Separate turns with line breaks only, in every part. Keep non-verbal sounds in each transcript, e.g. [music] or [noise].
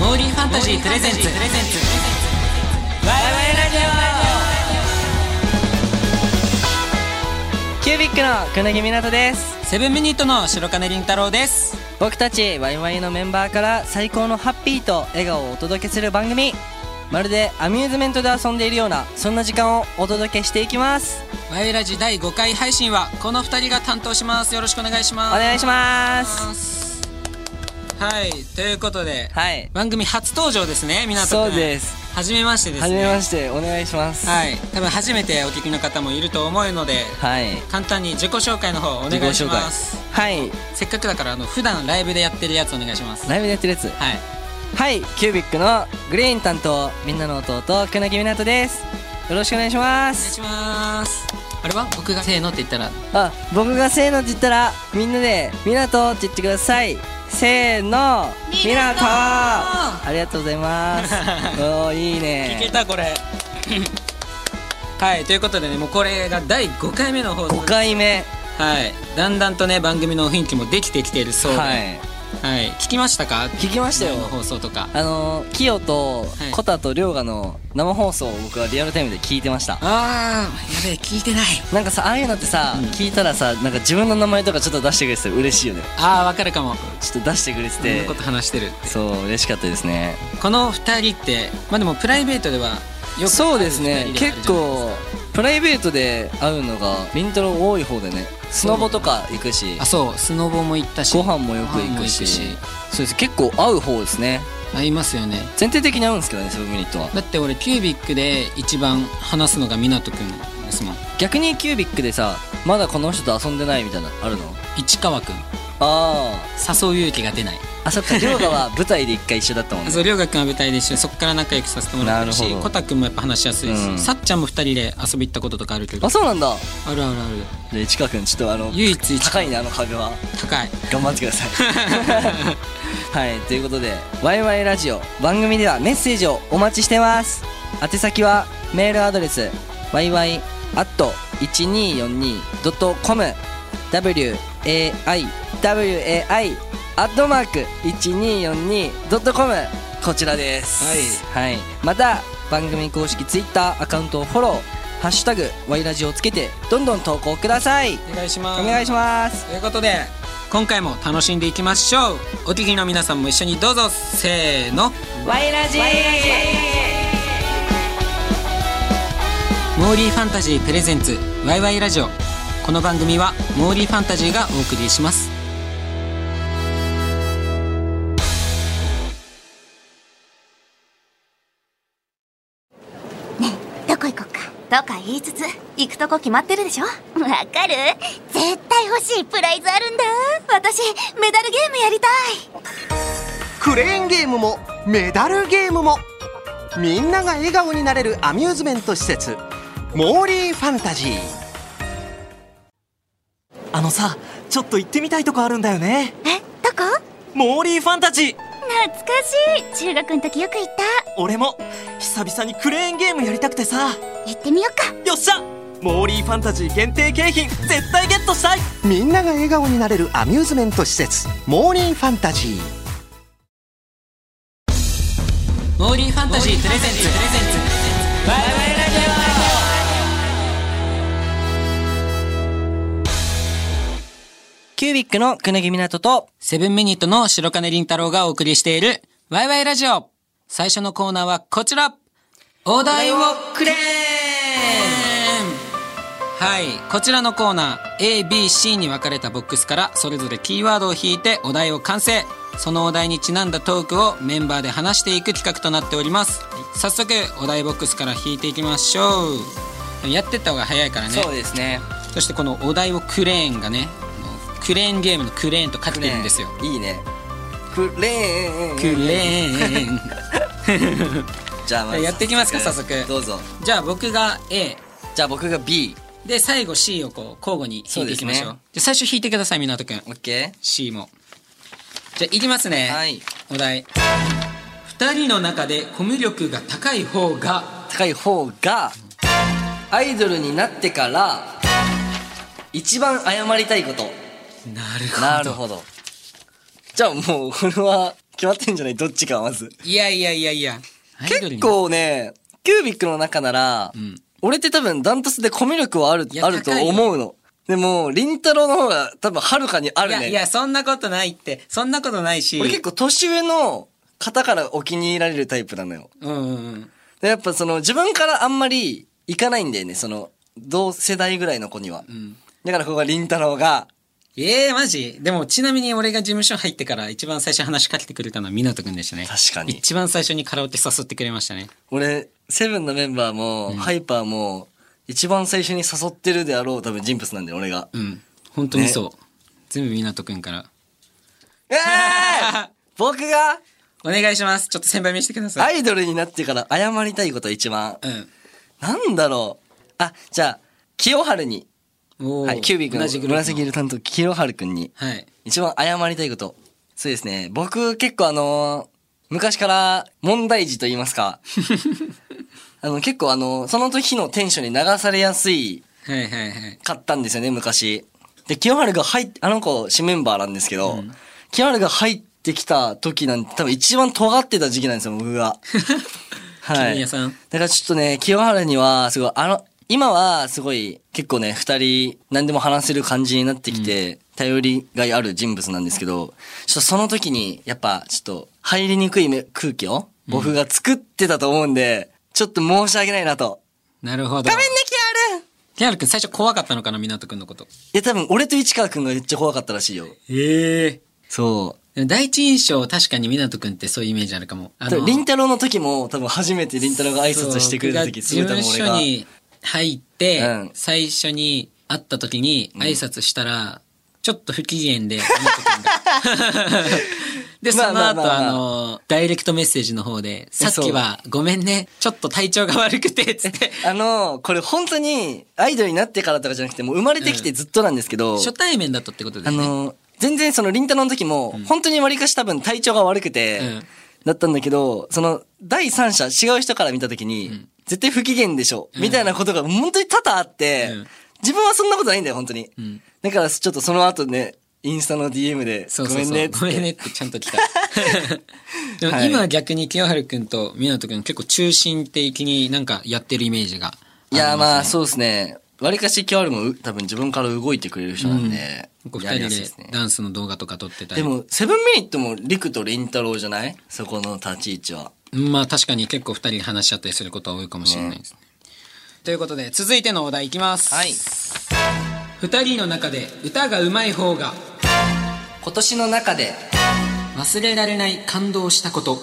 ーリーファンタジープレゼンツワイワイラジ
キュービックのくぬぎみなとです
オセブンミニットの白金凛太郎です
僕たちワイワイのメンバーから最高のハッピーと笑顔をお届けする番組まるでアミューズメントで遊んでいるようなそんな時間をお届けしていきます
ワイラジ第5回配信はこの2人が担当しますよろしくお願いし
お
ます
願いします
すはいということで、
はい
番組初登場ですねみなと
そ
くん
うです
初めましてです
はじ
ね
めましてお願いします
はい多分初めてお聞きの方もいると思うので
はい
簡単に自己紹介の方お
お
願いします
はい
せっかくだからあの普段ライブでやってるやつお願いします
ライブでやってるやつ
はい
はいキュービックのグレイン担当みんなの弟くぬぎみなとですよろしくお願いしま
お願い
す
しますあれは僕がせーのって言ったら
あ僕がせーのって言ったらみんなでみなとって言ってくださいせーのみなとありがとうございます
[laughs]
おーいい
聞け
ね
たこれはいということでねもうこれが第5回目の放送
5回目
はいだんだんとね番組の雰囲気もできてきているそうで、
は
はい
い
聞きましたか
聞きましたよ
前の放送とか
あのーキヨと
はい
コタとリョウガの生放送を僕はリアルタイムで聞いてました
あーやべえ聞いてない
なんかさああいうのってさ、
うん
聞いたらさなんか自分の名前とかちょっと出してくれてたら嬉しいよね
あーわかるかも
ちょっと出してくれて
こんな
て
こと話してる
そう嬉しかったですね
この2人ってまあでもプライベートではよく
そうですね
二人である
結
じゃない
構プライベートで会うのがりんたろ多い方でねスノボとか行くし
あそうスノボも行ったし
ご飯もよく行くし
ご飯も行
そうです結構会う方ですね
あいますよね
全体的に会うんですけどねセブンミニットは
だって俺キュービックで一番話すのが湊くんですもん
逆にキュービックでさまだこの人と遊んでないみたいなのあるの
市川くん
あ
誘う勇気が出ない
ああそっか亮太は舞台で一回一緒だったもん
[laughs]
ね
そう涼くんは舞台で一緒にそこから仲良くさせてもらってる
なる
し
ほど
コタくんもやっぱ話しやすいし、
うん
さっちゃんも2人で遊び行ったこととかあるけど
あそうなんだ
あるあるある
じゃあ市川君ちょっとあの
唯一一
高いねあの壁は
高い
頑張ってください [laughs] はいということで「ワイワイラジオ」番組ではメッセージをお待ちしてます宛先はメールアドレス yy.1242.com waiwai アットマーク 1242.com こちらです、はいまた番組公式ツイッターアカウントをフォロー「ハッシュタグワイラジオ」をつけてどんどん投稿ください
お願いします
お願いします
ということで今回も楽しんでいきましょうお聞きの皆さんも一緒にどうぞせーの
ワイラジ
モーリーファンタジープレゼンツワイワイラジオこの番組はモーリーファンタジーがお送りします
どこ行こっかとか言いつつ行くとこ決まってるでしょわかる絶対欲しいプライズあるんだ私メダルゲームやりたい
クレーンゲームもメダルゲームもみんなが笑顔になれるアミューズメント施設モーリーファンタジー
あのさちょっと行ってみたいとこあるんだよね
えどこ
モーリーファンタジー
懐かしい中学の時よく行った
俺も久々にクレーンゲームやりたくてさ
行ってみよっか
よっしゃモーリーファンタジー限定景品絶対ゲットしたい
みんなが笑顔になれるアミューズメント施設モーリーファンタジー
モーリーファンタジープレゼンツワイワイラジ
キュービックのくねぎみなとと
オセブンミニットの白金凛太郎がお送りしているワイワイラジオ最初のコーナーはこちらお題をくれーはいこちらのコーナー ABC に分かれたボックスからそれぞれキーワードを引いてお題を完成そのお題にちなんだトークをメンバーで話していく企画となっております早速お題ボックスから引いていきましょうやってった方が早いからね
そうですね
そしてこのお題をクレーンがねあのクレーンゲームのクレーンと書
ク
けてるんですよ
いいねクレーン
クレーン
じゃあまず
やっていきますか早速
どうぞ
[laughs] じゃあ僕が A
じゃあ僕が B
で最後 C をこう交互に引いていきましょう
そうですね
じゃあ最初引いてください湊くん
オッケ
C もじゃあいきますね、
ーはい
お題2人の中でコミュ力が高い方が
高い方がアイドルになってから一番謝りたいこと
なるほど
なるほどじゃあもうこれは決まってんじゃないどっちかはまず。
いやいやいやいや。アイドル
結
に、
構ね、キュービックの中なら、
ん
俺って多分ダントツでコミュ力はある
い、や
あると
高いよ
思うの。でも、りんたろーの方が多分はるかにあ
い
る
やい
ね。
や、そんなことないって。そんなことないし。
俺結構年上の方からお気に入られるタイプなのよ。
うんうんうん。
でやっぱその自分からあんまり行かないんだよね、その、同世代ぐらいの子には。
ん
だからここがりんたろーが、
ええマジでもちなみに俺が事務所入ってから一番最初に話しかけてくれたのは湊くんでしたね。
確かに
一番最初にカラオケ誘ってくれましたね。
俺、セブンのメンバーも、ハイパーも、一番最初に誘ってるであろう多分人物なんだよ、俺が。
うん。本当にそう。全部湊くんから。 [laughs]
えー僕が
お願いします。ちょっと先輩見せてくださ
ア
い。
イドルになってから謝りたいこと一番。
う
なんだろう。あ、じゃあ、清春に、
ん。おー
はい、キュービックの
同じグループ
紫色担当、清春くんに、
はい。
一番謝りたいこと。そうですね。僕、結構あのー昔から問題児と言います
[laughs]
か。あの、結構あの、その時のテンションに流されやすい
はいはいはい。
買ったんですよね、昔。で、清原が入っあの子、新メンバーなんですけど、清原が入ってきた時なんて多分一番尖ってた時期なんですよ、
[laughs]
僕が。
金谷さん
だからちょっとね、清原には、すごい、あの、今はすごい結構ね、二人何でも話せる感じになってきて、頼りがいある人物なんですけど、ちょっとその時に、やっぱちょっと入りにくいめ空気を僕が作ってたと思うんで、ちょっと申し訳ないなと。
なるほど。
ごめんね、清原
キャル君最初怖かったのかな湊くんのこと。
いや、多分、俺と市川くんがめっちゃ怖かったらしいよ。
ええ
そ
第一印象確かに湊くんってそういうイメージあるかも。
う。
あ
多分、りんたろーの時も、多分、初めてりんたろーが挨拶してくれた時、す
そう
ご
僕が
い多分
事務
俺が
所。に入って、
うん
最初に会った時に挨拶したら、ちょっと不機嫌
[laughs]
で、湊くんがで、そ
まあ
の
まあまあ
後、
まあ
あの、ダイレクトメッセージの方で、さっきは、ごめんね、ちょっと体調が悪くて、つって、
あの、これ本当に、アイドルになってからとかじゃなくて、もう生まれてきてずっとなんですけど、
初対面だったってことで
あ
すね。
の、全然その、りんたろーの時も、本当に割かし多分体調が悪くて、
うん
だったんだけど、その、第三者、違う人から見た時に、絶対不機嫌でしょ、みたいなことが本当に多々あって、
うん
自分はそんなことないんだよ、本当に。
ん
だから、ちょっとその後ね、インスタの DM で、
そうそうそう。
ごめん
ごめ
ね
んねっ
っつ
て
って、
ちゃんと
[laughs]
来た。でも
はい
今は逆に清春くんと湊くん結構中心的になんかやってるイメージが。
いやーまあそうですね。わりかし今日もう多分自分から動いてくれる人なんで。
僕
やり
二
やすいです
人で
ね。
ダンスの動画とか撮ってたり。
でも、セブンミニットもリクとリンタロウじゃないそこの立ち位置は。
まあ確かに結構二人で話し合ったりすることは多いかもしれないですね。ということで続いてのお題いきます。
はい。
二人の中で歌が上手い方が
今年の中で
忘れられない感動したこと。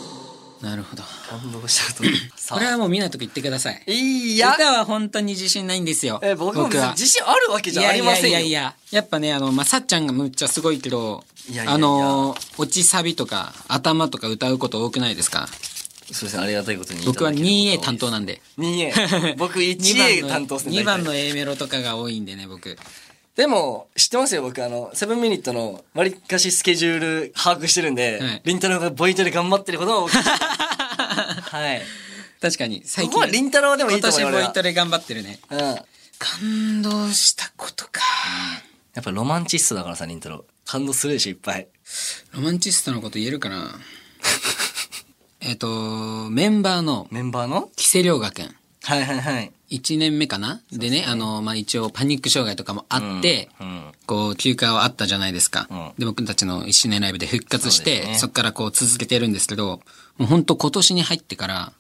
なるほど。
感動したこと。さ
これはもう湊くん言ってください。
いや、
歌は本当に自信ないんですよ。
え僕も別に
は
自信あるわけじゃありませんよ。
いやいやいやいややっぱねあの、まあ、さっちゃんがむっちゃすごいけど
いやいやいや
あの落ちサビとか頭とか歌うこと多くないですか
そうですね、ありがたいことに。
僕は 2A 担当
ん
なんで [laughs]
2A。僕 [laughs] 1A 担当ですね。
2番の
大体
A メロとかが多いんでね僕 [laughs]
でも、知ってますよ、僕、あの、セブンミニットの、わりかしスケジュール把握してるんで、
はい
りんたろうがボイトで頑張ってることを
[laughs]
僕はい。
確かに最
ここは
近
りんたろうでもいいと思う
今
よ俺
年
は
ボイトレ頑張ってるね
うん。や
感動したことか
っぱロマンチストだからさ、りんたろう。感動するでしょ、いっぱい。
ロマンチストのこと言えるかな [laughs] えっとメンバーの
メンバーの
木瀬涼河くん
はいはいはい。
1年目かなでね、あの、まあ、一応パニック障害とかもあって、
うんうん
こう、休暇はあったじゃないですか。
うん
で、僕たちの1周年ライブで復活し
そう
て、
で
そ,、
すね
っからこう続けてるんですけど、もうほんと今年に入ってから、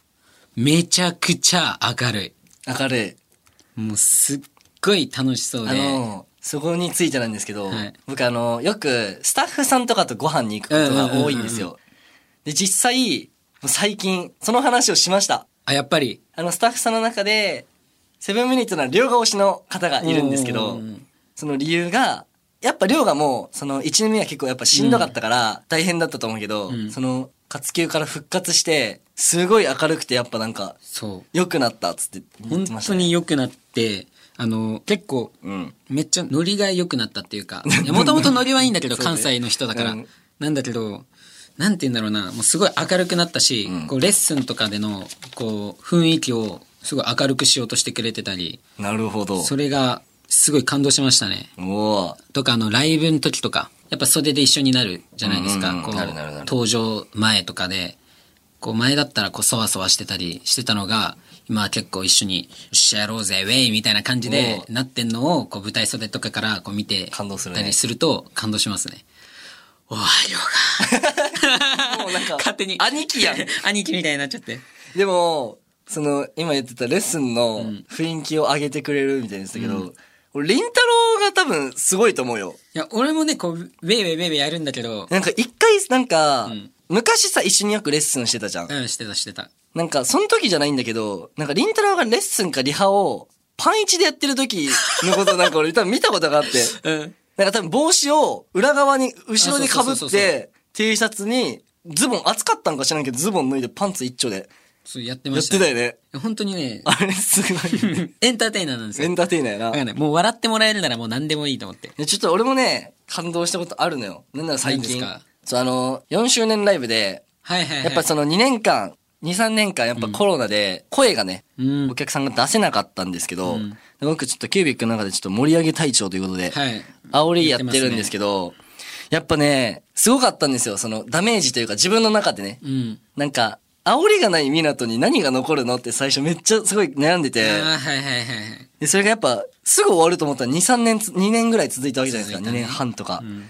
めちゃくちゃ明る
明るい。
い。もうすっごい楽しそうで。
あの、そこについてなんですけど、
はい
僕あの、よくスタッフさんとかとご飯に行くことが多いんですよ。で、実際、最近、その話をしました。
あ、やっぱり。
あの、スタッフさんの中で、セブンミニットな両が推しの方がいるんですけ
う
ど
ん、
その理由が、やっぱ両がもう、その1年目は結構やっぱしんどかったから大変だったと思うけど、
ん
その活休から復活して、すごい明るくてやっぱなんか、
そ
良くなったっつって
う。
言
本
ってまし
当
た、ね。
に良くなって、あの、結構、
うん。
めっちゃノリが良くなったっていう
[laughs]
か、いやもともとノリはいいんだけど、
そうね
関西の人だから
うん。
なんだけど、なんて言うんだろうな、もうすごい明るくなったし、
うん
こうレッスンとかでの、こう、雰囲気をすごい明るくしようとしてくれてたり、
なるほど。
それが、すごい感動しましたね。
おお
とか、あの、ライブの時とか、やっぱ袖で一緒になるじゃないですか。
うんうん
こう
なるなるなる
登場前とかで、こう、前だったらこう、そわそわしてたりしてたのが、今は結構一緒に、よっしゃやろうぜ、ウェイみたいな感じでなってんのを、こう、舞台袖とかからこう見て、
感動するね
たりすると、感動しますね。おはようが。
[laughs] もうなん
[laughs]
か
勝手に。
兄貴やん。
[laughs] 兄貴みたいになっちゃって。
[laughs] でも、その、今言ってたレッスンの雰囲気を上げてくれるみたいでしたけど、俺、りんたろが多分すごいと思うよ。
いや、俺もね、こう、ウェイウェイウェイウェイやるんだけど、
なんか一回、なんか、
ん
昔さ、一緒によくレッスンしてたじゃん。
うん、してたしてた。
なんか、その時じゃないんだけど、なんか、りんたろがレッスンかリハを、パンイチでやってる時のことなんか俺多分見たことがあって、
うん。
なんか多分帽子を裏側に、後ろで被
あそうそうそうそ
っ
うそ
て、T シャツに、ズボン、暑かったんか知らんけど、ズボン脱いでパンツ一丁で、
そう、やって
や
ま
っ
した、
てたよね。
本当にね、
[laughs] あれすごいよね。
[laughs] エンターテイナーなんです
エ
よ。
ンターテイナーやな。
だからね、もう笑ってもらえるならもう何でもいいと思って。
でちょっと俺もね、感動したことあるのよ。なんなら最
何です
近
か。
そう、あの、4周年ライブで、
はいはいはい。
やっぱその2年間、2、3年間やっぱコロナで声がね、
うん
お客さんが出せなかったんですけど、
うん
で僕ちょっとキュービックの中でちょっと盛り上げ隊長ということで、
はい。
煽りやってるんですけど、やっぱね、すごかったんですよ。そのダメージというか自分の中でね。
うん。
なんか、煽りがない港に何が残るのって最初めっちゃすごい悩んでて。
ああ、はいはいはいはい。
で、それがやっぱ、すぐ終わると思ったら2、3年つ、2年ぐらい続いたわけじゃないですか。
続いた
2
ね
年半とか。
ん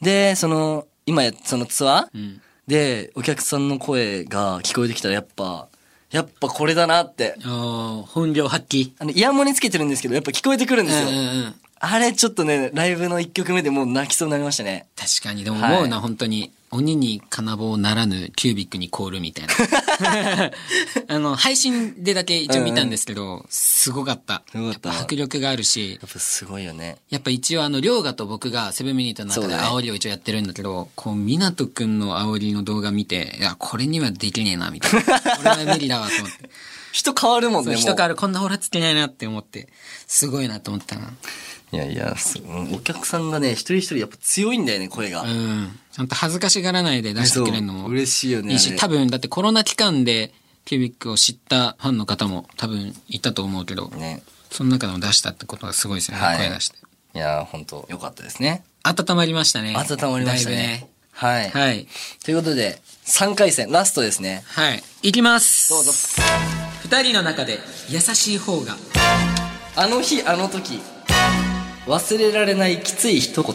で、その、今や、そのツアー、
うん。
で、お客さんの声が聞こえてきたらやっぱ、やっぱこれだなって。
ああ、本領発揮。
あの、イヤモニつけてるんですけど、やっぱ聞こえてくるん
うん
で
う
す
ん
よ。
うん。
あれちょっとね、ライブの1曲目でもう泣きそうになりましたね。
確かに、でも
はい
思うな、本当に。鬼に金棒ならぬキュービックに凍るみたい
[laughs]
な。あの、配信でだけ一応見たんですけど、すごかった。
すごかった
やぱ迫力があるし、
やっぱすごいよね。
やっぱ一応あの、りょうがと僕がセブンミニットの中
そう
で
だね
煽りを一応やってるんだけど、こう、みなとくんの煽りの動画見て、いや、これにはできねえな、みた
[laughs]
いな。これは無理だわ、と思って。
人変わるもん
そ
ね、
う
もう
人からこんなオラつけないなって思って、すごいなと思ったな。
いやいや、すうんお客さんがね、一人一人やっぱ強いんだよね、声が。
うん。ちゃんと恥ずかしがらないで出してくれるの
そ
も
う嬉しいよね
いい
あ
し、
れ
多分、だってコロナ期間で、キュービックを知ったファンの方も多分いたと思うけど、
ね。
その中でも出したってことがすごいですよね、
はい
声出して。
いやー、ほんと、よかったですね。
温まりましたね。
温まりましたね。
だい
はい。
ぶね。はい。
ということで、3回戦、ラストですね。
はい。いきます。
どうぞ。
二人の中で優しい方が。
あの日、あの時、忘れられないきつい一言。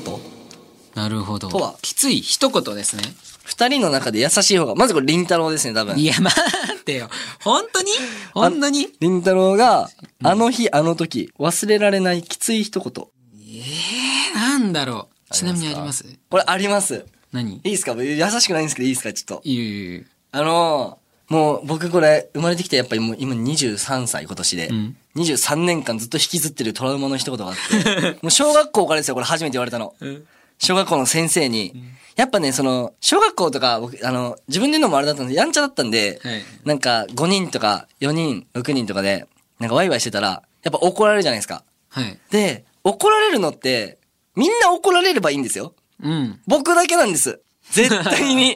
なるほど。
とは
きつい一言ですね。
二人の中で優しい方が、まずこれ、りんたろーですね、多分。
いや、待ってよ。本当に本当に
りんたろーが、あの日、あの時、忘れられないきつい一言。
えなんだろう。ちなみにあります
これ、あります。
何
いいですか優しくないんですけど、いいですかちょっと。
いやいやいや
あのーもう僕これ生まれてきてやっぱりもう今23歳今年で、
ん
23年間ずっと引きずってるトラウマの一言があって
[laughs]
もう小学校からですよこれ初めて言われたの、小学校の先生に、やっぱねその小学校とか僕あの自分で言うのもあれだったんでやんちゃだったんで、
はい
なんか5人とか4人6人とかでなんかワイワイしてたらやっぱ怒られるじゃないですか
はい。
で怒られるのってみんな怒られればいいんですよ
うん。
僕だけなんです絶対
[laughs]
に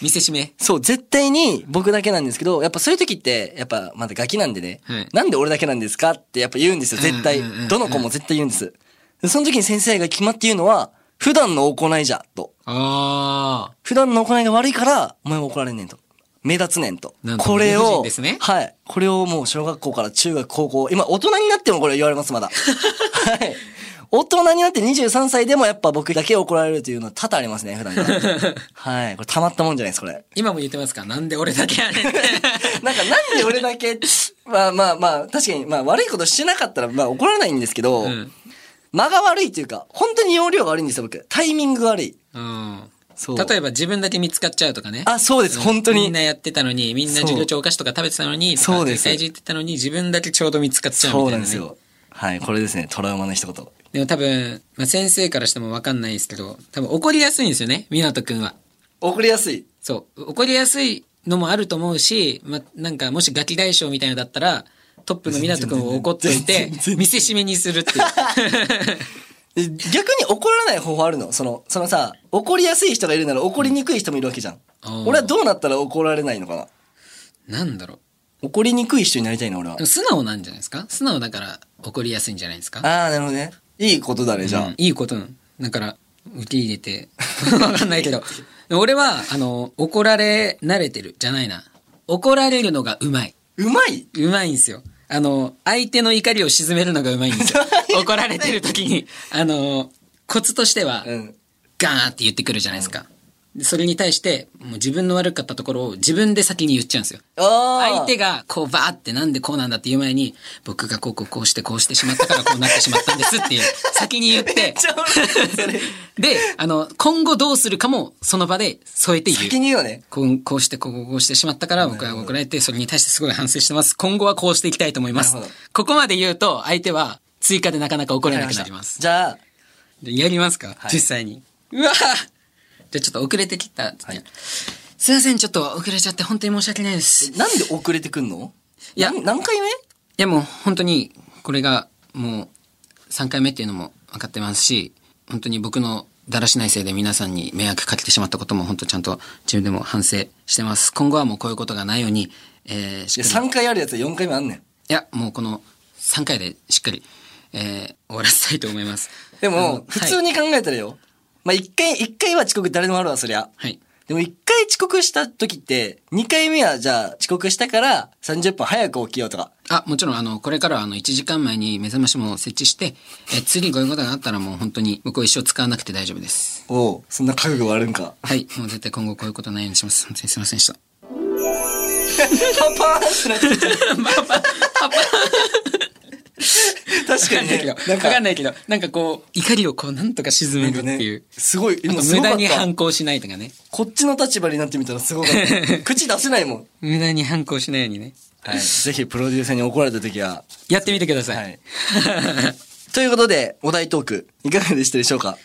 見せしめ。
そう、絶対に僕だけなんですけど、やっぱそういう時って、やっぱまだガキなんでね、
はい
なんで俺だけなんですかってやっぱ言うんですよ、絶対
うんうんうんう。ん
どの子も絶対言うんです。でその時に先生が決まって言うのは、普段の行いじゃ、と。
ああ。
普段の行いが悪いから、お前は怒られんねんと。目立つねんと
なん。と
これ
理不
を、
尽ですね
はい。これをもう小学校から中学、高校、今大人になってもこれ言われます、
[laughs]
まだ。はい。大人になって23歳でもやっぱ僕だけ怒られるというのは多々ありますね、普段
[laughs]
から。はい。これたまったもんじゃないです、これ。
今も言ってますかなんで俺だけやねん。 [laughs]
[laughs] なんかなんで俺だけ、まあまあまあ、確かに、まあ悪いことしてなかったら、まあ怒らないんですけど、
うん。
間が悪いというか、本当に容量が悪いんですよ、僕。タイミングが悪い。
うん。
そう。
例えば自分だけ見つかっちゃうとかね。
あ、そうです、本当
み
に
んな。やってたのに、みんな授業中お菓子とか食べてたのに、
そう
とか
です
世界中行ってたのに、自分だけちょうど見つかっちゃうみたいな、ね。
そうなんですよ。はい、これですね、トラウマの一言。
でも多分、まあ、先生からしてもわかんないですけど、多分怒りやすいんですよね、湊くんは。
怒りやすい。
そう。怒りやすいのもあると思うし、まあ、なんかもしガキ大将みたいなのだったら、トップの湊くんを怒っといて、見せしめにするって
[laughs]
いう。
え逆に怒らない方法あるのその、そのさ、怒りやすい人がいるなら怒りにくい人もいるわけじゃん
あー。
俺はどうなったら怒られないのかな
なんだろう。
怒りにくい人になりたいな、俺は
でも。素直なんじゃないですか素直だから怒りやすいんじゃないですか
ああ、なるほどね。いいことだね、じゃあ。
いいことなのだから、受け入れて、 [laughs] わかんないけど。でも俺は、あの、怒られ慣れてる、じゃないな。怒られるのがうまい。
うまいう
まいんですよ。あの、相手の怒りを鎮めるのがうまいんですよ。
[laughs]
怒られてる時に、あの、コツとしては、
うん。
ガーンって言ってくるじゃないですか。でそれに対して、もう自分の悪かったところを自分で先に言っちゃうんですよ。
あー
相手がこうバーってなんでこうなんだって言う前に、僕がこうこうこうしてこうしてしまったからこうなってしまったんです
[laughs]
っていう、先に言って、 [laughs] で、あの、今後どうするかもその場で添えて言う。
先に言うよね。
こうこうして、こうこうこうしてしまったから僕は怒られて、それに対してすごい反省してます。今後はこうしていきたいと思います
なるほど。
ここまで言うと、相手は追加でなかなか怒れなくなります。
じゃあ、
じゃやりますか、
はい
実際に。うわぁじゃあちょっと遅れてきた。すいません、ちょっと遅れちゃって本当に申し訳ないです。い
なんで遅れてくんの
いや
な何回目
やもう本当に、これがもう3回目っていうのも分かってますし、本当に僕のだらしないせいで皆さんに迷惑かけてしまったことも本当ちゃんと自分でも反省してます。今後はもうこういうことがないように、えー、し
いや、
っかり。
3回あるやつは4回目あんねん。
いや、もうこの3回でしっかり、えー、終わらせたいと思います。
で
あのは
も
い、
普通に考えたらよ。まあ、一回、一回は遅刻誰でもあるわ、そりゃ。
はい。
でも一回遅刻した時って、二回目はじゃあ遅刻したから30分早く起きようとか。
あ、もちろん、あの、これからは、あの、1時間前に目覚ましも設置して、え、次こういうことがあったらもう本当に、僕は一生使わなくて大丈夫です。
おう、そんな覚悟あるんか。
はい。もう絶対今後こういうことないようにします。本当にすいませんでした。
パパーンってなってた。パパーン。確かに [laughs] ね。
わかんないけど、なんかこう、怒りをこう、なんとか沈めるっていう。
ね、すご
あ
い、
と
今す
無
ごか
駄
っ
に
た
反。抗しないとかね。
こっちの立場になってみたらすごか [laughs] った。口出せないもん。
無駄に反抗しないようにね。
はい。ぜひプロデューサーに怒られた時は。
やってみてくださ
はいい。ということで、お題トーク、いかがでしたでしょうか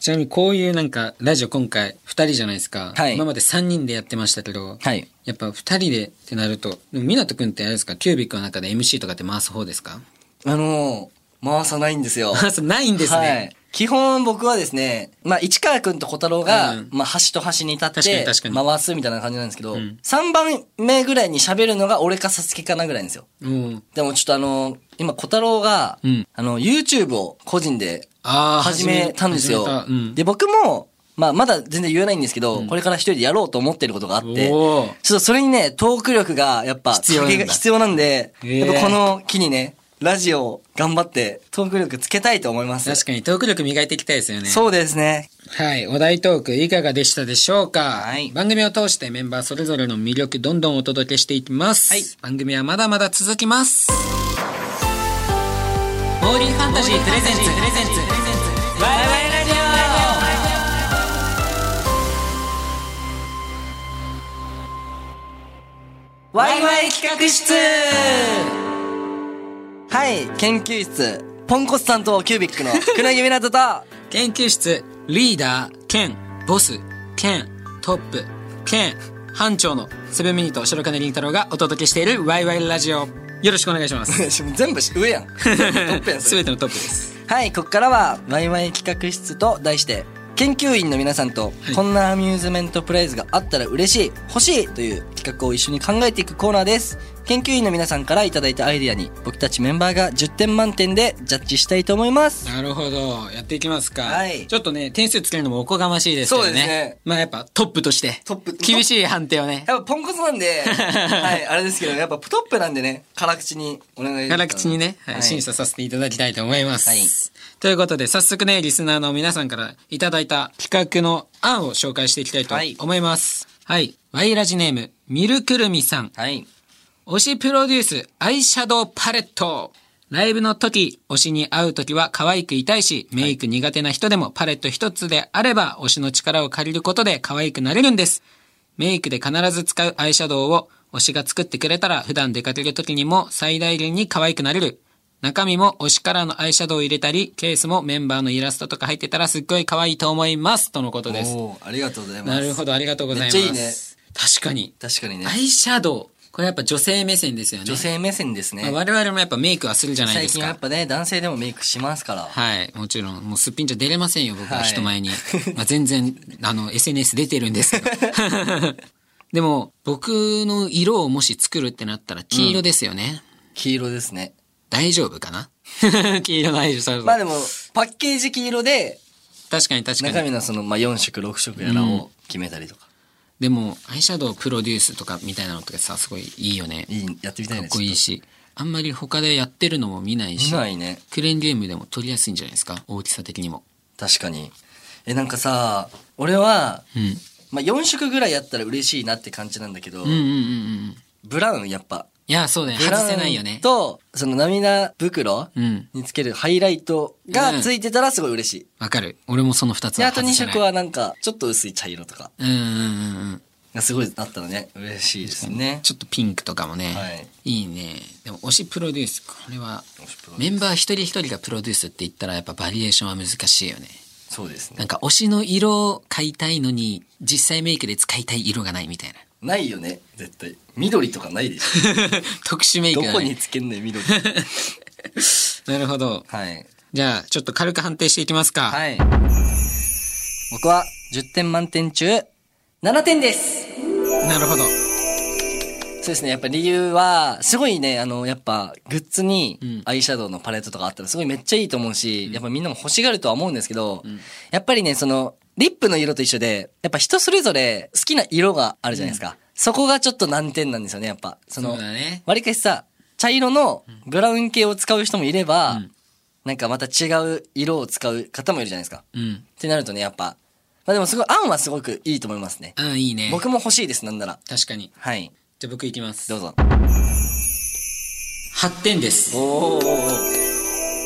ちなみにこういうなんか、ラジオ今回2人じゃないですか。
はい
今まで3人でやってましたけど、
はい
やっぱ2人でってなると、でも湊くんってあれですか、キュービックの中で MC とかって回す方ですか
あのー、回さないんですよ。
回すないんですね。
はい、基本僕はですね、まあ、市川くんと小太郎が、
うん
まあ、端と端に立っ
確かに
て
確かに
回すみたいな感じなんですけど、
ん
三3番目ぐらいに喋るのが俺かサスケかなぐらいなんですよ
うん。
でもちょっとあの今小太郎が、
うん
あの YouTube を個人で
ああ、
始めたんですよ
始めたうん、
で僕も、まあ、まだ全然言えないんですけど、これから一人でやろうと思ってることがあってちょ
お
っ
ー
とそれにねトーク力がやっぱ
必要なんだ
かけが必要なんで、
へー
やっぱこの機にねラジオを頑張ってトーク力つけたいと思います
確かにトーク力磨いていきたいですよね。
そうですね。
はい。お題トークいかがでしたでしょうか、
はい
番組を通してメンバーそれぞれの魅力どんどんお届けしていきます。
はい
番組はまだまだ続きます。モーリーファンタジープレゼンツ。プレゼンツ。ワイワイラジ
ワイワイ企画室はい、研究室、ポンコツ担当キュービックの [laughs] 船木湊と、
オ研究室、リーダー、兼、ボス、兼、トップ、兼、班長のセブンミニと白金凛太郎がお届けしているワイワイラジオ。よろしくお願いします。
全部上やん。トップやん、そ
す
れ
べてのトップです。
はい、ここからは、ワイワイ企画室と題して、研究員の皆さんと、
い
こんなアミューズメントプライズがあったら嬉しい、欲しいという企画を一緒に考えていくコーナーです。研究員の皆さんからいただいたアイデアに、僕たちメンバーが10点満点でジャッジしたいと思います。
なるほど。やっていきますか。
はい
ちょっとね、点数つけるのもおこがましいですけどね。
そうですね
まあやっぱトップとして。
トップ
厳しい判定をね。
やっぱポンコツなん
[laughs]
で、はい、あれですけど、やっぱトップなんでね、辛口にお願い
辛口にね、はい
はい
審査させていただきたいと思います。
はい
ということで、早速ね、リスナーの皆さんからいただいた企画の案を紹介していきたいと
はい
思います。はい。ワイラジネーム、ミルクルミさん。
はい。
推しプロデュースアイシャドウパレット。ライブの時、推しに会う時は可愛くいたいし、メイク苦手な人でもパレット一つであれば、推しの力を借りることで可愛くなれるんです。メイクで必ず使うアイシャドウを推しが作ってくれたら、普段出かける時にも最大限に可愛くなれる。中身も推しからのアイシャドウを入れたり、ケースもメンバーのイラストとか入ってたらすっごい可愛いと思います。とのことです。
おーありがとうございます。
なるほど、ありがとうございます。
めっちゃいいね
確かに。
確かにね
ア。イシャドウ。これやっぱ女性目線ですよね。
女性目線ですね。
まあ我々もやっぱメイクはするじゃないで
最
す
近はや
か
っ。ぱね、男性でもメイクしますから。
はい。もちろん、もうすっぴんじゃ出れませんよ、僕は
[laughs] はい
人前に。まあ全然、あの、SNS 出てるんですけど。 [laughs] でも、僕の色をもし作るってなったら黄色ですよね。
黄色ですね。
大丈夫かな [laughs] 黄色大丈夫。
まあでも、パッケージ黄色で、
確かに確か
中
に。
身のその、まあ、4色、6色やらを決めたりとか。
でも、アイシャドウプロデュースとかみたいなのとかさ、すごいいいよね。
いい、やってみた
か
い
っ
ね。
こいい
ち
し。あんまり他でやってるのも見ない
ょっと。
し。
見ないね。
クレーンゲームでも取りやすいんじゃないですか大きさ的にも。
確かに。え、なんかさ、俺は、
うん。
まあ、4色ぐらいやったら嬉しいなって感じなんだけど、
うんうんうんうん。
ブラウンやっぱ。
いや、そうだよ。
ブラウ
外
ン
せないよね。
と、その涙袋
うん。
につけるハイライトがついてたらすごい嬉しい。
わかる。俺もその二つ
で、
は
あと
外
2
せない。
色はなんか、ちょっと薄い茶色とか
うんうんうんうん。
がすごいあったらね、嬉しいですね。
ちょっとピンクとかもね。
はい
い、いね。でも推しプロデュース、これは
推しプロデュース
メンバー一人一人がプロデュースって言ったらやっぱバリエーションは難しいよね。
そうです
な
ね
ん。か推しの色を買いたいのに実際メイクで使いたい色がないみたいな。 [laughs]
ないよね、絶対。緑とかないでし
特殊メイ
ょ。
ク
ど
だね。
こにつけんね
[laughs]
ん、緑。
なるほど。
はい。
じゃあちょっと軽く判定していきますか。
はい。僕は10点満点中、7点です
なるほど。
そうですね。やっぱ理由は、すごいね、あの、やっぱ、グッズ
うん
にアイシャドウのパレットとかあったらすごいめっちゃいいと思うし、やっぱみんなも欲しがるとは思うんですけど、やっぱりね、その、リップの色と一緒で、やっぱ人それぞれ好きな色があるじゃないですか。そこがちょっと難点なんですよね、やっぱ。
そ
そ
う
の、
だね。
わりかしさ、茶色のブラウン系を使う人もいれば、
うん
なんかまた違う色を使う方もいるじゃないですか。
うん。
ってなるとね、やっぱ。まあでもすごい、案はすごくいいと思いますね。
ああ、いいね。
僕も欲しいです、なんなら。
確かに。
はい。
じゃあ僕いきます
ど。うぞ。
8点です。
おー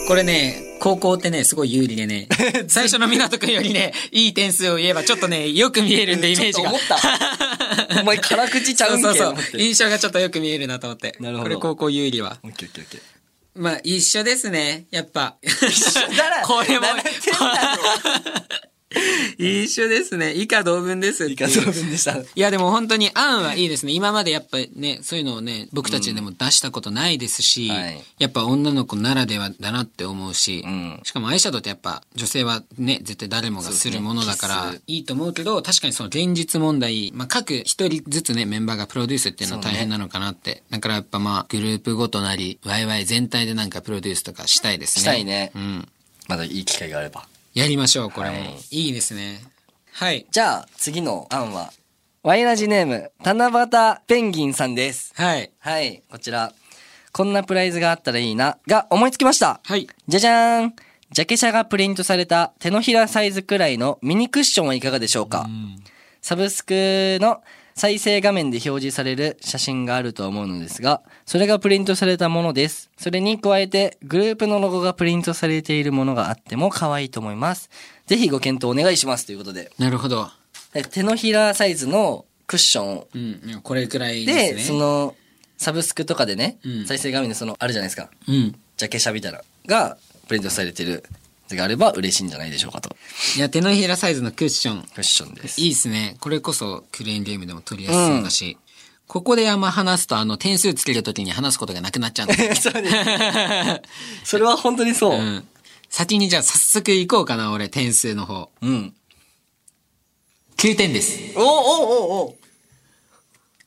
これね、高校ってね、すごい有利で
[laughs]
ね、最初の湊くんよりね、いい点数を言えばちょっとね、よく見えるんで、イメージが。
思った。お前辛口ちゃうん
[laughs]
け
そうそう
思っ
そ
て
う。印象がちょっとよく見えるなと思って。
なるほ
こ
ど
れ高校有利は。
オッケーオッケーオッケー。
まあ、一緒ですね、やっぱ。一緒
だら
これも
7点だろ。
[laughs] 一緒ですね。以下同文ですっていう。
いかそう分でした。
いやでも本当に案はいいですね。今までやっぱね、そういうのをね、僕たちでも出したことないですし、
はい
やっぱ女の子ならではだなって思うし、
うん
しかもアイシャドウってやっぱ女性はね、絶対誰もがするものだか
そう
ら
ですね、
いいと思うけど、確かにその現実問題、まあ各一人ずつね、メンバーがプロデュースっていうのは
そう
大
ね
変なのかなって。だからやっぱまあ、グループごとなり、ワイワイ全体でなんかプロデュースとかしたいですね。
したいね
うん。
まだいい機会があれば。
やりましょう、これも。
はい
い、いですね。はい。
じゃあ、次の案は、ワイラジネーム、七夕ペンギンさんです。
はい。
はい、こちら。こんなプライズがあったらいいな、が思いつきました。
はい。
じゃじゃーんジャケ写がプリントされた手のひらサイズくらいのミニクッションはいかがでしょうか、サブスクの再生画面で表示される写真があると思うのですが、それがプリントされたものです。それに加えて、グループのロゴがプリントされているものがあっても可愛いと思います。ぜひご検討お願いします。ということで、
なるほど。
え手のひらサイズのクッションを
うんいや、これくらい
で、
ですね。
その、サブスクとかでね、
うん
再生画面でその、あるじゃないですか。
うん。
ジャケ写みたいなのがプリントされてるやつがあれば嬉しいんじゃないでしょうかと。
いや、手のひらサイズのクッション。
クッションです。
いいですね。これこそクレーンゲームでも取りやすそうだし。ここであんま話すと、あの、点数つけるときに話すことがなくなっちゃうんだよね
[laughs] そうね。それは本当にそうう。
ん。先にじゃあ早速行こうかな、俺、点数の方。
うん。
9点です。
おおおおお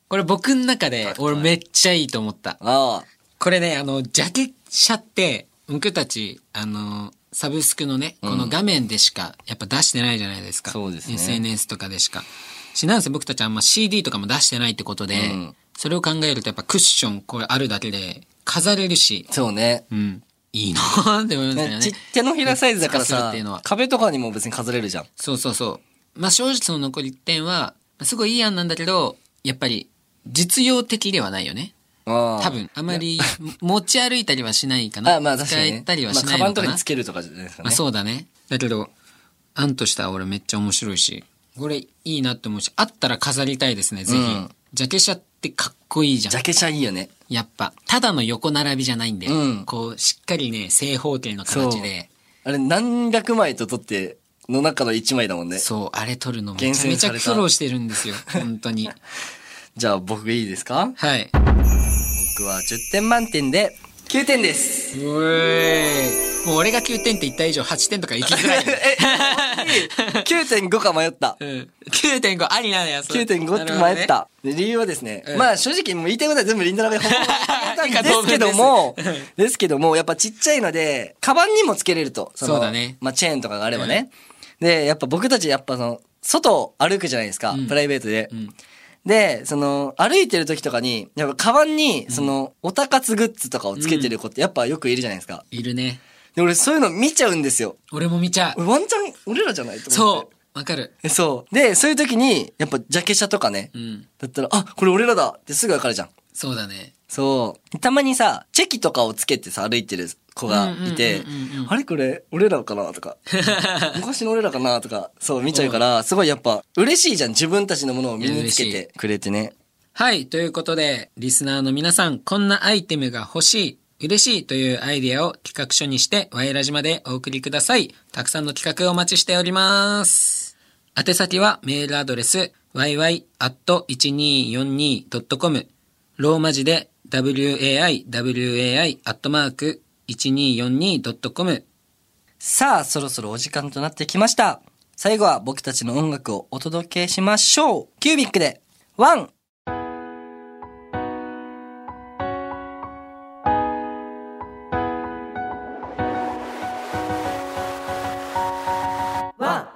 これ僕の中で、俺めっちゃいいと思った。
ああ。
これね、あの、ジャケ写って、僕たち、あの、サブスクのね、この画面でしか、やっぱ出してないじゃないですか。
そうですね
SNS とかでしか。し、なんせ僕たちあんま CD とかも出してないってことで、
うん
それを考えるとやっぱクッション、これあるだけで、飾れるし、
そうね。
うん、いいなーって思いますよね。
ねち手のひらサイズだから
使うっ
さ
ていうのは、
壁とかにも別に飾れるじゃん。
そうそうそう。まあ、正直その残り1点は、すごいいい案なんだけど、やっぱり、実用的ではないよね。
ああ
多。分、あまり [laughs] 持ち歩いたりはしないかな。
あまあ確かに、
使
ね。
えたりはしないのかな。
まあ、カバンとかにつけるとかじゃないですかね。
まあそうだね。だけど、案としては俺めっちゃ面白いし、これいいなって思うし、あったら飾りたいですね、ぜひ。
うん
ジャケ写ってかっこいいじゃん
ジャ。ケ写いいよね。
やっぱ、ただの横並びじゃないんで、
うん
こう、しっかりね、正方形の
そう
形で、。
あれ何百枚と撮って、の中の一枚だもんね。
そう、あれ撮るのめ
厳
ちゃめ
選
ちゃ
された
苦労してるんですよ、本当
[laughs]
に。
じゃあ僕いいですか
はい。
僕は10点満点で9点です。
うえいもう俺が9点って言った以上8点とか行きづらい、
え、9.5か迷った。
うん、9.5ありなのよそれ
9.5って
なるほど
迷
ね
った、で理由はですね、
うん
まあ正直もう言いたいことは全部リンダラベほぼ
以下
で
同
す
文です
け
[laughs]
ども [laughs] ですけどもやっぱちっちゃいのでカバンにもつけれるとの
そうだね
まあ、チェーンとかがあればね、でやっぱ僕たちやっぱその外を歩くじゃないですか、
うん
プライベートで、
うん
でその歩いてる時とかにやっぱカバンにその、おたかつグッズとかをつけてる子ってやっぱよくいるじゃないですか
いるね
で俺そういうの見ちゃうんですよ
俺も見ちゃう
俺ワンチャン俺らじゃないと思って
そうわかる
えそう。で、そういう時に、やっぱ、ジャケ写とかね、
うん
だったら、あ、これ俺らだってすぐわかるじゃん。
そうだね
そう。たまにさ、チェキとかをつけてさ、歩いてる子がいて
うんうんうんうんう、ん
あれこれ、俺らかな
[laughs]
とか、昔の俺らかなとか、そう、見ちゃうから、すごいやっぱ、嬉しいじゃん。自分たちのものを身につけ
いや嬉
てくれてね。
はい。ということで、リスナーの皆さん、こんなアイテムが欲しい、嬉しいというアイディアを企画書にして、ワイラジまでお送りください。たくさんの企画をお待ちしております。宛先はメールアドレス、yy.1242.com、ローマ字で waiwai.1242.com、
さあ、そろそろお時間となってきました。最後は僕たちの音楽をお届けしましょう。キュービックで、ワンは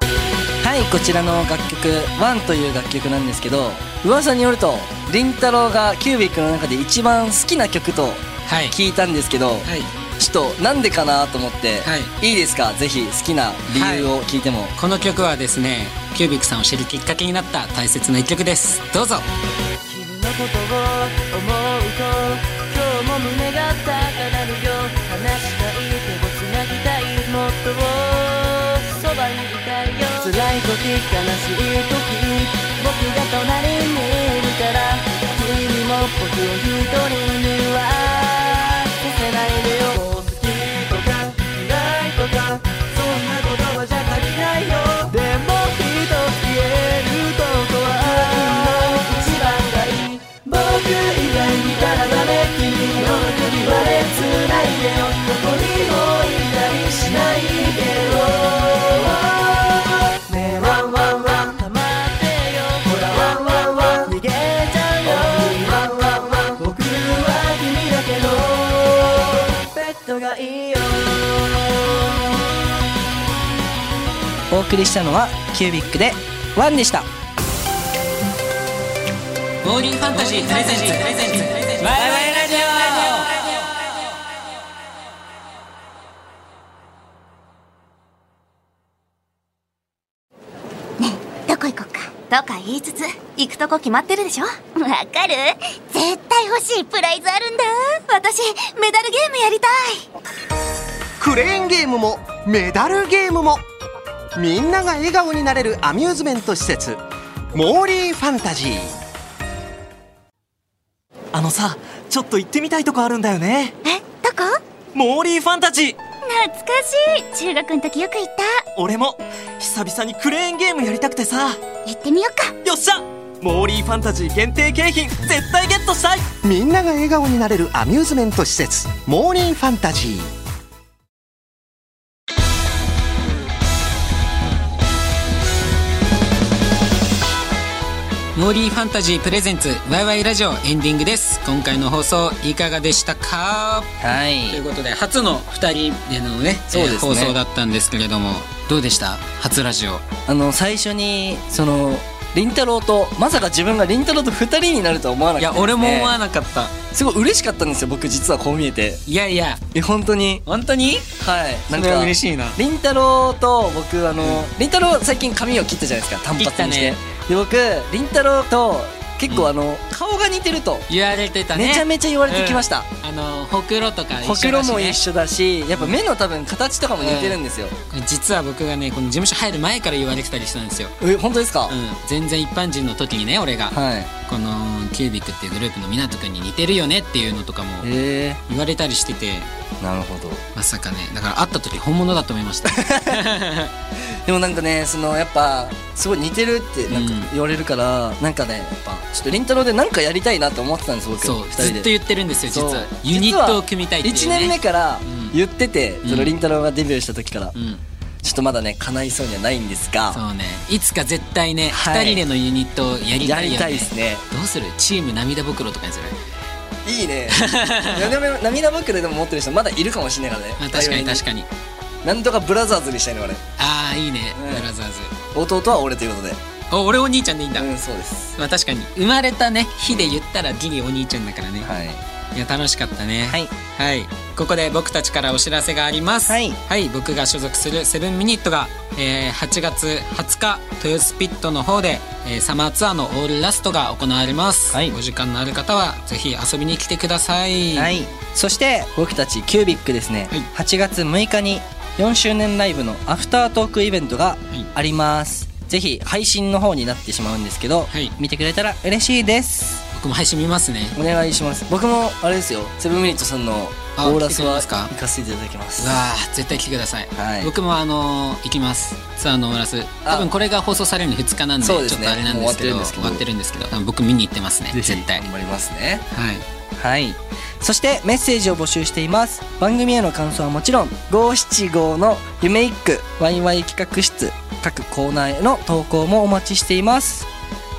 い、こちらの楽曲「ワンという楽曲なんですけど噂によると凛太郎がキュービックの中で一番好きな曲と
はい。
聞いたんですけ
は
ど、
い。
ちょっとなんでかなと思って、、
はい
いですかぜひ好きな理由を聞いても、
この曲はですね、キュービックさんを知るきっかけになった大切な一曲です。どうぞ。
君のことを思うと今日も胸が高鳴るよ話したい手をつなぎたいもっとそばにいたいよ辛い時悲しい時僕が隣にいるから君も僕を一人にはさせないでよ好きとか嫌いとかそんな言葉じゃ足りないよでも一つ言えるとこは一番がいい僕以外見たらダメ君の首はれつないでよどこにもいたりしないでよねえワンワンワンたまってよほらワンワンワン逃げちゃうよワンワンワン僕は君だけどペットがいいよ
お送りしたのはキュービックで「ワンでした
モーリーファンタジープレゼンツワイワイラジ
どこ行こっかとか言いつつ行くとこ決まってるでしょわかる絶対欲しいプライズあるんだ私メダルゲームやりたい
クレーンゲームもメダルゲームもみんなが笑顔になれるアミューズメント施設モーリーファンタジー
あのさちょっと行ってみたいとこあるんだよね
えどこ
モーリーファンタジー
懐かしい中学の時よく行った
俺も久々にクレーンゲームやりたくてさ
行ってみよっか
よっしゃモーリーファンタジー限定景品絶対ゲットしたい
みんなが笑顔になれるアミューズメント施設モーリーファンタジー
オモーリーファンタジープレゼンツワイワイラジオエンディングです今回の放送いかがでしたか」
は
という
い
ことで初の2人でのね
そうですね
えー放送だったんですけれどもどうでした初ラジオ
あの最初にその凛太郎とまさか自分が凛太郎と2人になるとは思わな
い
くて
や
ですね
俺も思わなかった
すごい嬉しかったんですよ僕実はこう見えて
いやいや
え本当に
本当に
はいなん
それは
か
嬉しいな
りんたろうと僕あの、りんたろう最近髪を切ったじゃないですか単
切っ
発
た
にして、
ね
で僕りんたろうと結構あの、顔が似てると、
言われてたね
めちゃめちゃ言われてきました、
あのほくろとか一緒
ほ
だし、
く
ね、
ろも一緒だしやっぱ目の多分形とかも似てるんですよ、
実は僕がねこの事務所入る前から言われてたりしたんですよ
え本当ですか、
うん全然一般人の時にね俺が
はい
このキュービックっていうグループの湊くんに似てるよねっていうのとかも
え
言われたりしてて
ー、なるほど
まさかねだから会った時本物だと思いました
でもなんかねそのやっぱすごい似てるってなんか
うん
言われるから、なんかねやっぱちょっとりんたろうでなんかやりたいなと思ってたんです僕
そう
二
ずっ
人
と
で
言ってるんですよ実
そう
はユニットを組みたいっていう、ね、
1年目から
ん
言ってて、そ
う
の
ん
りんたろうがデビューした時から、
うん
ちょっとまだね叶いそうにはないんですが
そうねいつか絶対ね、
は
2
い
人でのユニットをやり
や
たいよ、ね、
りたいですね
どうするチーム涙袋とかにする
いいね [laughs] 涙涙袋でも持ってる人まだいるかもしれないからね
あ [laughs] 確かに確かに
になんとかブラザーズにしたいの俺
ああいいね、
うん
ブラザーズ
弟は俺ということで
お俺お兄ちゃんでいいんだ、
うんそうです
まあ確かに生まれたね日で言ったらギリお兄ちゃんだからね、
はい
いや楽しかったね
はい
はいここで僕たちからお知らせがあります
はい
僕が所属するセブンミニットが、えー8月20日豊洲ピットの方で、えーサマーツアーのオールラストが行われます、
はい
お時間のある方はぜひ遊びに来てください
はい、そして僕たちキュービックですね、
はい
8月6日に4周年ライブのアフタートークイベントがあります、ぜひ配信の方になってしまうんですけど、
はい
見てくれたら嬉しいです
僕も配信見ますね
お願いします僕もあれですよセブンミニットさんのオ
あ
ーラスは
来てくれますか
行かせていただきます
うわあ絶対来てください、
はい
僕もあのー行きますツアーのオーラス
あ
多分これが放送されるの2日なんで
そうです
ちょ
ね
っとあれなんですけど
もう終
終
わ
わ
っ
っててるんですけど多分僕見に行ってますね
ぜひ
絶対
頑張りますね
はい
はいそしてメッセージを募集しています番組への感想はもちろん575の夢一句ワイワイ企画室各コーナーへの投稿もお待ちしています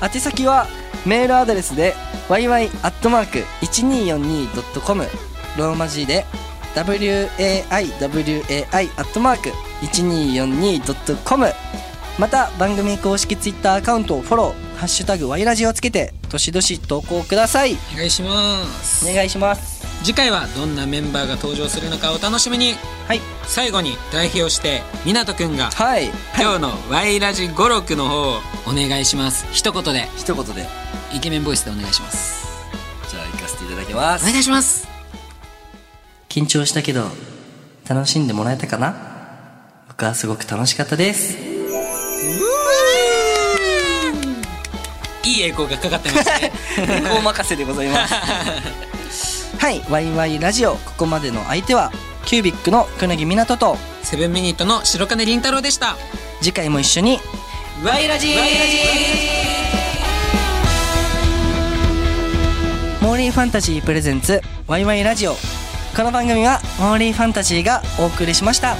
宛先はメールアドレスで yy.1242.com ローマ字で waiwai.1242.com また番組公式ツイッターアカウントをフォロー「ハッシュタグワイラジ」をつけてどしどし投稿ください
お願いします
お願いします
次回はどんなメンバーが登場するのかお楽しみに
はい
最後に代表してみなとくんが
はい
今日の「ワイラジ語録」の方をお願いします一言で
一言で
イケメンボイスでお願いします
じゃあ行かせていただきま
お願いします
緊張したけど楽しんでもらえたかな僕はすごく楽しかったです [laughs]
いい栄光がかかってました [laughs] ね
お任せでございますはいワイワイラジオここまでの相手はキュービックの黒木湊と
セブンミニットの白金凛太郎でした
次回も一緒に
ワイラジ
モーリーファンタジープレゼンツワイワイラジオこの番組はモーリーファンタジーがお送りしました